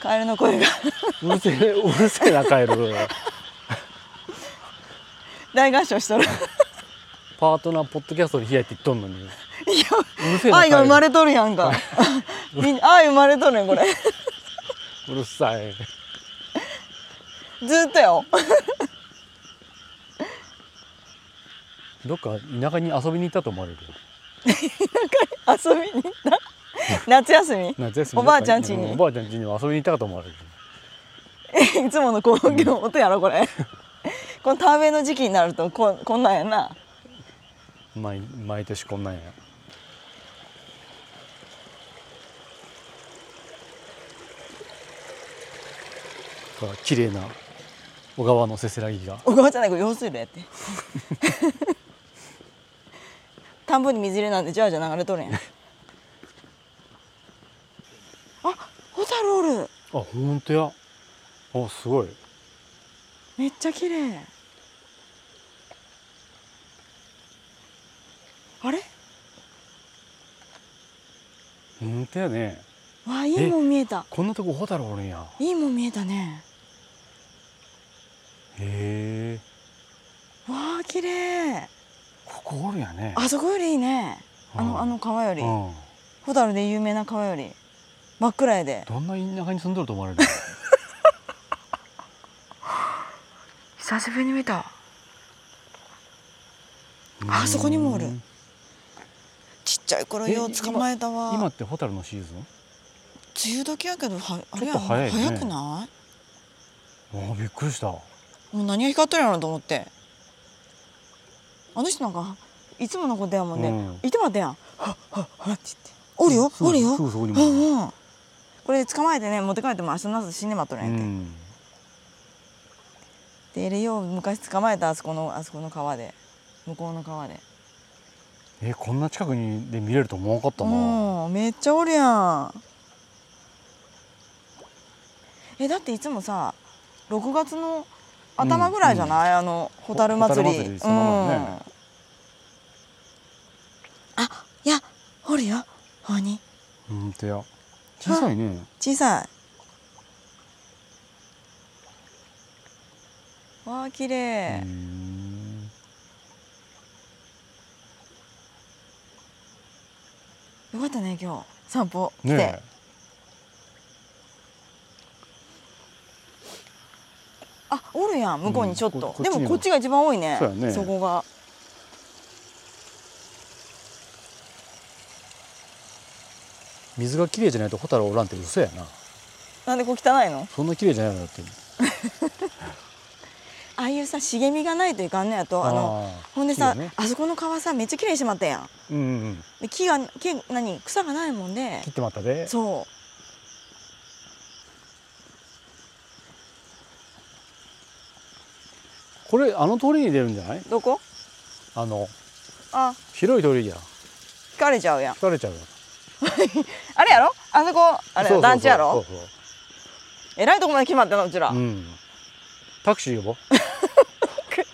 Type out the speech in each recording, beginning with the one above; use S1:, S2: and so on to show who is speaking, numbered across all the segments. S1: カエルの声が
S2: うるせえうるせえなカエル
S1: 大合唱しとる
S2: パートナーポッドキャストで開いて言っとんのに
S1: いう
S2: るせえ
S1: や
S2: な
S1: 愛が
S2: カ
S1: 生ま
S2: エ
S1: れとるやんかみん 愛生まれとるねこれ
S2: ルうるさい
S1: ずーっとよ
S2: どっか田舎に遊びに行ったと思われるよ
S1: 遊びに行った夏休み
S2: 夏休み
S1: おばあちゃん家
S2: う
S1: に
S2: おばあちゃん家に遊びに行ったかと思われる
S1: えいつもの高音の音やろこれこの田植えの時期になるとこんこんなんやな
S2: 毎毎年こんなんやが綺麗な小川のせせらぎが
S1: 小川じゃないこれ用水路やって 田んぼに水入れなんでじゃあじゃ流れとるやんあホタルおる
S2: あ本当やあすごい
S1: めっちゃ綺麗あれ
S2: 本当やね
S1: わあいいもん見えた
S2: こんなとこホタルおるんや
S1: いいもん見えたね
S2: へえ
S1: わあ綺麗
S2: ここおるんやね
S1: あそこよりいいねあ
S2: うん
S1: のあの川より
S2: うん
S1: ホタルで有名な川より真っ暗やで
S2: どんな田舎に住んどると思われる
S1: 久しぶりに見た あそこにもおる
S2: うん
S1: ちっちゃい頃
S2: え
S1: よう捕まえたわ
S2: 今
S1: 梅
S2: ってホタルのシーズン
S1: 雨時やけどはあれや
S2: ちょっと早いね
S1: くな
S2: あびっくりした
S1: いもう何が光ってるやろと思ってあの人なんかいつものことやもんね、
S2: うん
S1: いてもらったやんはっはっはって言っておるよ
S2: すぐ
S1: おるよ
S2: すぐそこに
S1: う
S2: もおる
S1: んうんこれ捕まえてね持って帰っても明日の朝死んでまっとるんやって、
S2: うん
S1: でエレよう昔捕まえたあそこのあそこの川で向こうの川で
S2: えこんな近くにで見れると思わなかったな、
S1: うんめっちゃおるやんえだっていつもさ6月の頭ぐらいじゃない、あの蛍祭り
S2: ほ蛍祭りそんなもんね
S1: あいやおるよほに
S2: うんてや小さいね
S1: 小さいわあ綺麗
S2: う、ん
S1: よかったね今日散歩来て、
S2: ねえ
S1: あおるやん向こうにちょっと、
S2: うんここっち
S1: で
S2: にも
S1: もこっちが一番多いね
S2: そうやね
S1: こが
S2: 水が綺麗じゃないとホタルおらんって嘘やな
S1: なんでこう汚いの
S2: そんな綺麗じゃないのだって
S1: ああいうさ茂みがないといかんのやとあの
S2: あー
S1: ほんでさ、
S2: 木がね
S1: あそこの川さめっちゃ綺麗にしまったやん
S2: うんうん
S1: で木が木何草がないもんで
S2: 切ってまったで
S1: そ
S2: これあの通りに出るんじゃないう
S1: どこ
S2: あの
S1: あ
S2: 広い通りじゃん
S1: 引かれちゃうやん
S2: 疲れちゃうよ
S1: あれやろあそこあれ
S2: そうそうそう
S1: 団地やろ
S2: そうそう
S1: えらいとこまで決まったのうちら、
S2: うんタクシー呼ぼう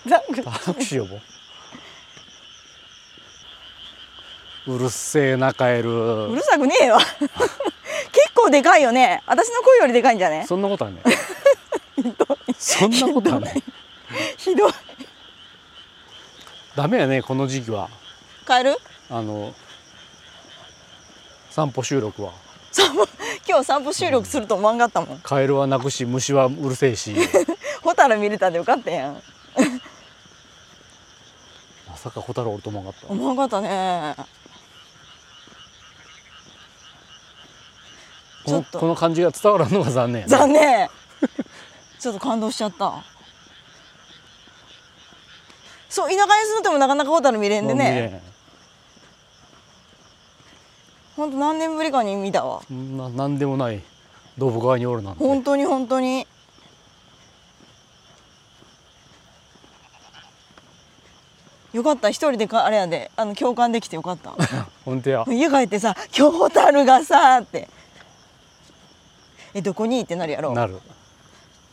S1: ザング
S2: タクシー呼ぼううるせえなカエル
S1: うるさくねえわ 結構でかいよね私の声よりでかいんじゃね
S2: そんなことはねそんなことはね
S1: ひどい
S2: ダメやねこの時期は
S1: カエル
S2: あの散歩収録は
S1: 散歩今日散歩収録すると思わんかったもん
S2: カエルは鳴くし虫はうるせえし
S1: ホタル見れたんでよかったやん
S2: まさかホタルおると思わなかった
S1: 思わんかったねち
S2: こ
S1: ょ
S2: の
S1: っと
S2: この感じが伝わらんのが残念やね
S1: 残念ちょっと感動しちゃったそう田舎に住んでもなかなかホタル見れんでねほんと何年ぶりかに見たわ
S2: もうねななんでもない動物側におるなんて
S1: 本当に本当によかった一人でかあれやであの共感できてよかった
S2: 本当や
S1: 家帰ってさ「今日ホタルがさ」って「えどこに?」ってなるやろ
S2: なる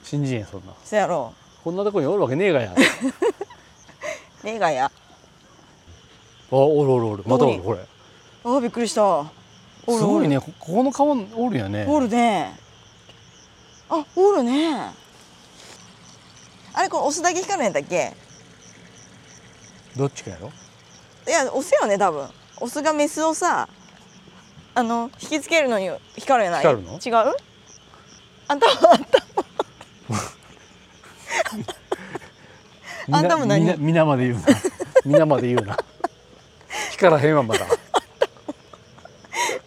S2: 信じへんそんな
S1: そやろ
S2: こんなとこにおるわけねえがやあ
S1: レガや
S2: おるおるおるまたおる
S1: ど
S2: これ
S1: あびっくりしたおるおる
S2: すごいねこここの川おるよね
S1: おるねあおるねあれこれオスだけ光るんやったっけ
S2: どっちかやろ
S1: いやオスよね多分オスがメスをさあの引きつけるのに光るんやない
S2: 光るの
S1: 違うあんたはあんたあんたも何
S2: みなみなまで言う な皆まで言うな光らへんわまだ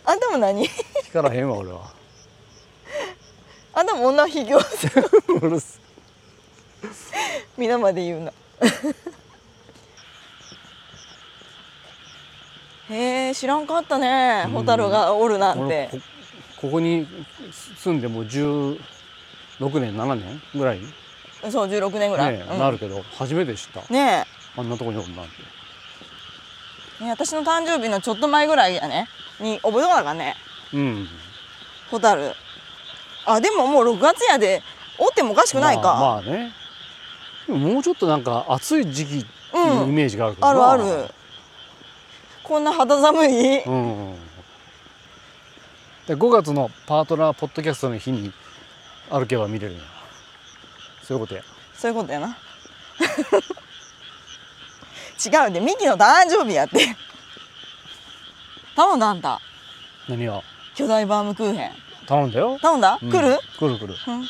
S1: あんたも何
S2: 光らへんわ俺は
S1: あんたも女を引き寄せ
S2: うるせ
S1: 皆まで言うな へえ知らんかったね
S2: うん
S1: ホタルがおるなん
S2: 俺
S1: て
S2: こここに住んでもう16年7年ぐらい、ね
S1: そう16年ぐらい、うん
S2: なるけど初めて知った
S1: ね
S2: あんなとこにおるなんて
S1: えね私の誕生日のちょっと前ぐらいやねに覚えとかなあかんね
S2: うん
S1: ホタルあでももう6月やでおってもおかしくないか、
S2: まあ、まあねでももうちょっとなんか暑い時期のイメージがあるか
S1: あ、
S2: らな、
S1: るあるこんな肌寒い、
S2: うんで5月のパートナーポッドキャストの日に歩けば見れるよそういうことや
S1: そういうことやな 違うでミキの誕生日やって頼んだあんた
S2: 何が
S1: 巨大バームクーヘン
S2: 頼んだよ、
S1: 頼んだ、
S2: うん
S1: 来る、
S2: 来る来る
S1: うん、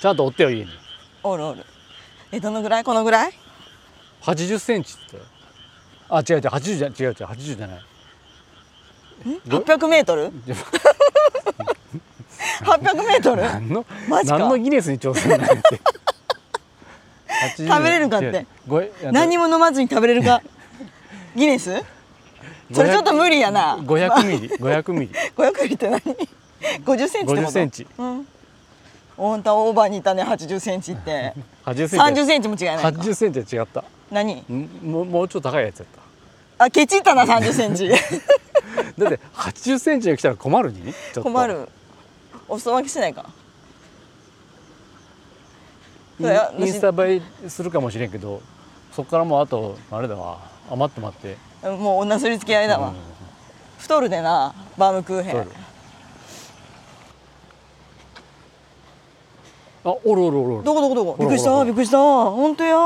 S2: ちゃんと追ってよ家に
S1: おるおるえどのぐらいこのぐらい
S2: 8 0センチって言ったよあ違う違う80じゃ違う違う80じゃないど
S1: 800メート ル
S2: じゃ
S1: 800メートル
S2: 何の
S1: マジか
S2: 何のギネスに挑戦なんて80
S1: 食べれるかって
S2: ごえあの
S1: 何も飲まずに食べれるかギネスそれちょっと無理やな
S2: 500ミリ500ミリ
S1: 500ミリって何 ?50 センチってこと
S2: 50センチ
S1: うんオンタオーバーにいたね80センチって
S2: 80センチ
S1: 30センチも違いないか
S2: 80センチは違った
S1: 何
S2: んもうもうちょっと高いやつやっ
S1: あケチったな30セン チ
S2: ただって80センチが来たら困るにちょっと
S1: 困るお裾分けしてないか
S2: イ
S1: そうや私
S2: ンインスタ映えするかもしれんけどそこからもうあとあれだわあ待って待って
S1: もう女すり付き合いだわ、
S2: うん
S1: 太るでなバームクーヘ
S2: 取
S1: ン
S2: るあおるおるおるおる
S1: どこどこどこ
S2: ほ
S1: びっくり
S2: ら
S1: し
S2: ほら
S1: た
S2: ほら
S1: びっくりした本当や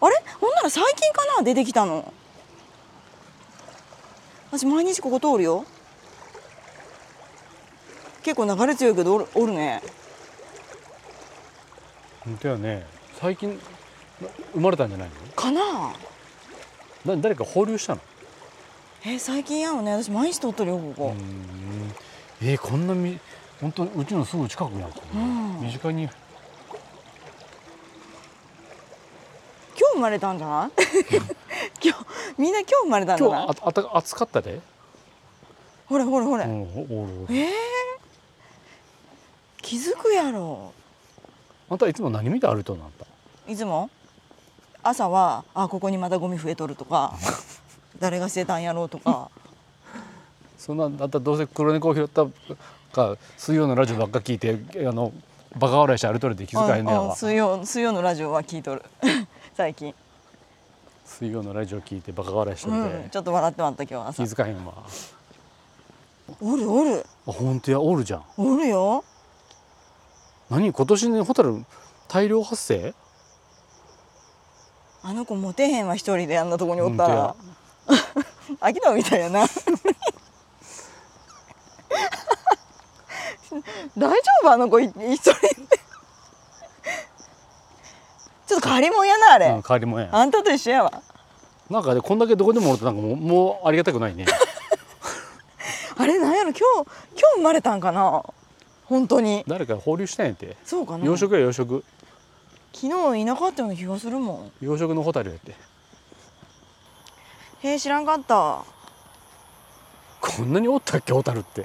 S1: あれほんなら最近かな出てきたの私毎日ここ通るよ結構流れ強いけどおるおるね
S2: 本当やね最近な生まれたんじゃない
S1: かな
S2: のな誰か放流したの
S1: え最近やもんね私毎日通っとるよここ
S2: う、んえーこんなみ本当うちのすぐ近くにあったね
S1: うん
S2: 身近に
S1: 今日生まれたんじゃない 今日みんな今日生まれたんじゃ
S2: 今
S1: ない
S2: 日ああた暑かったで、
S1: ほれほれほれ、
S2: うん、おるおる
S1: えー、気づくやろ
S2: あんたいつも何見て歩いとんのあんた
S1: いつも朝はあここにまたゴミ増えとると か誰が捨てたんやろうとか
S2: そんなあんたどうせ黒猫を拾ったか水曜のラジオばっか聞いてあのバカ笑いして歩いとるって気づかへんねや
S1: うんうん
S2: わ
S1: 水曜水曜のラジオは聞いとる 最近、
S2: 水曜のラジオ聞いてバカ笑いして
S1: う
S2: て、
S1: ん、ちょっと笑ってまった今日
S2: 気
S1: 朝
S2: づかへんわあ
S1: おるおる
S2: 本当やおるじゃん
S1: おるよ
S2: 何今年ねホタル大量発生
S1: あの子モテへんわ一人であんなとこにおっ
S2: 本当
S1: た
S2: や
S1: ら秋田みたいやな 大丈夫あの子い一人でちょっと借りもんやなあれ、
S2: うん、変わりもんや
S1: あんたと一緒やわ
S2: なんかねこんだけどこでもおるとなんかもうもうありがた くないね
S1: あれなんやろ今日今日生まれたんかな本当に
S2: 誰か放流したんやって
S1: そうかな
S2: 養殖や養殖
S1: 昨日いなかったような気がするも
S2: 養殖のホタルやって
S1: んへえ知らんかった
S2: こんなにおったっけホタルって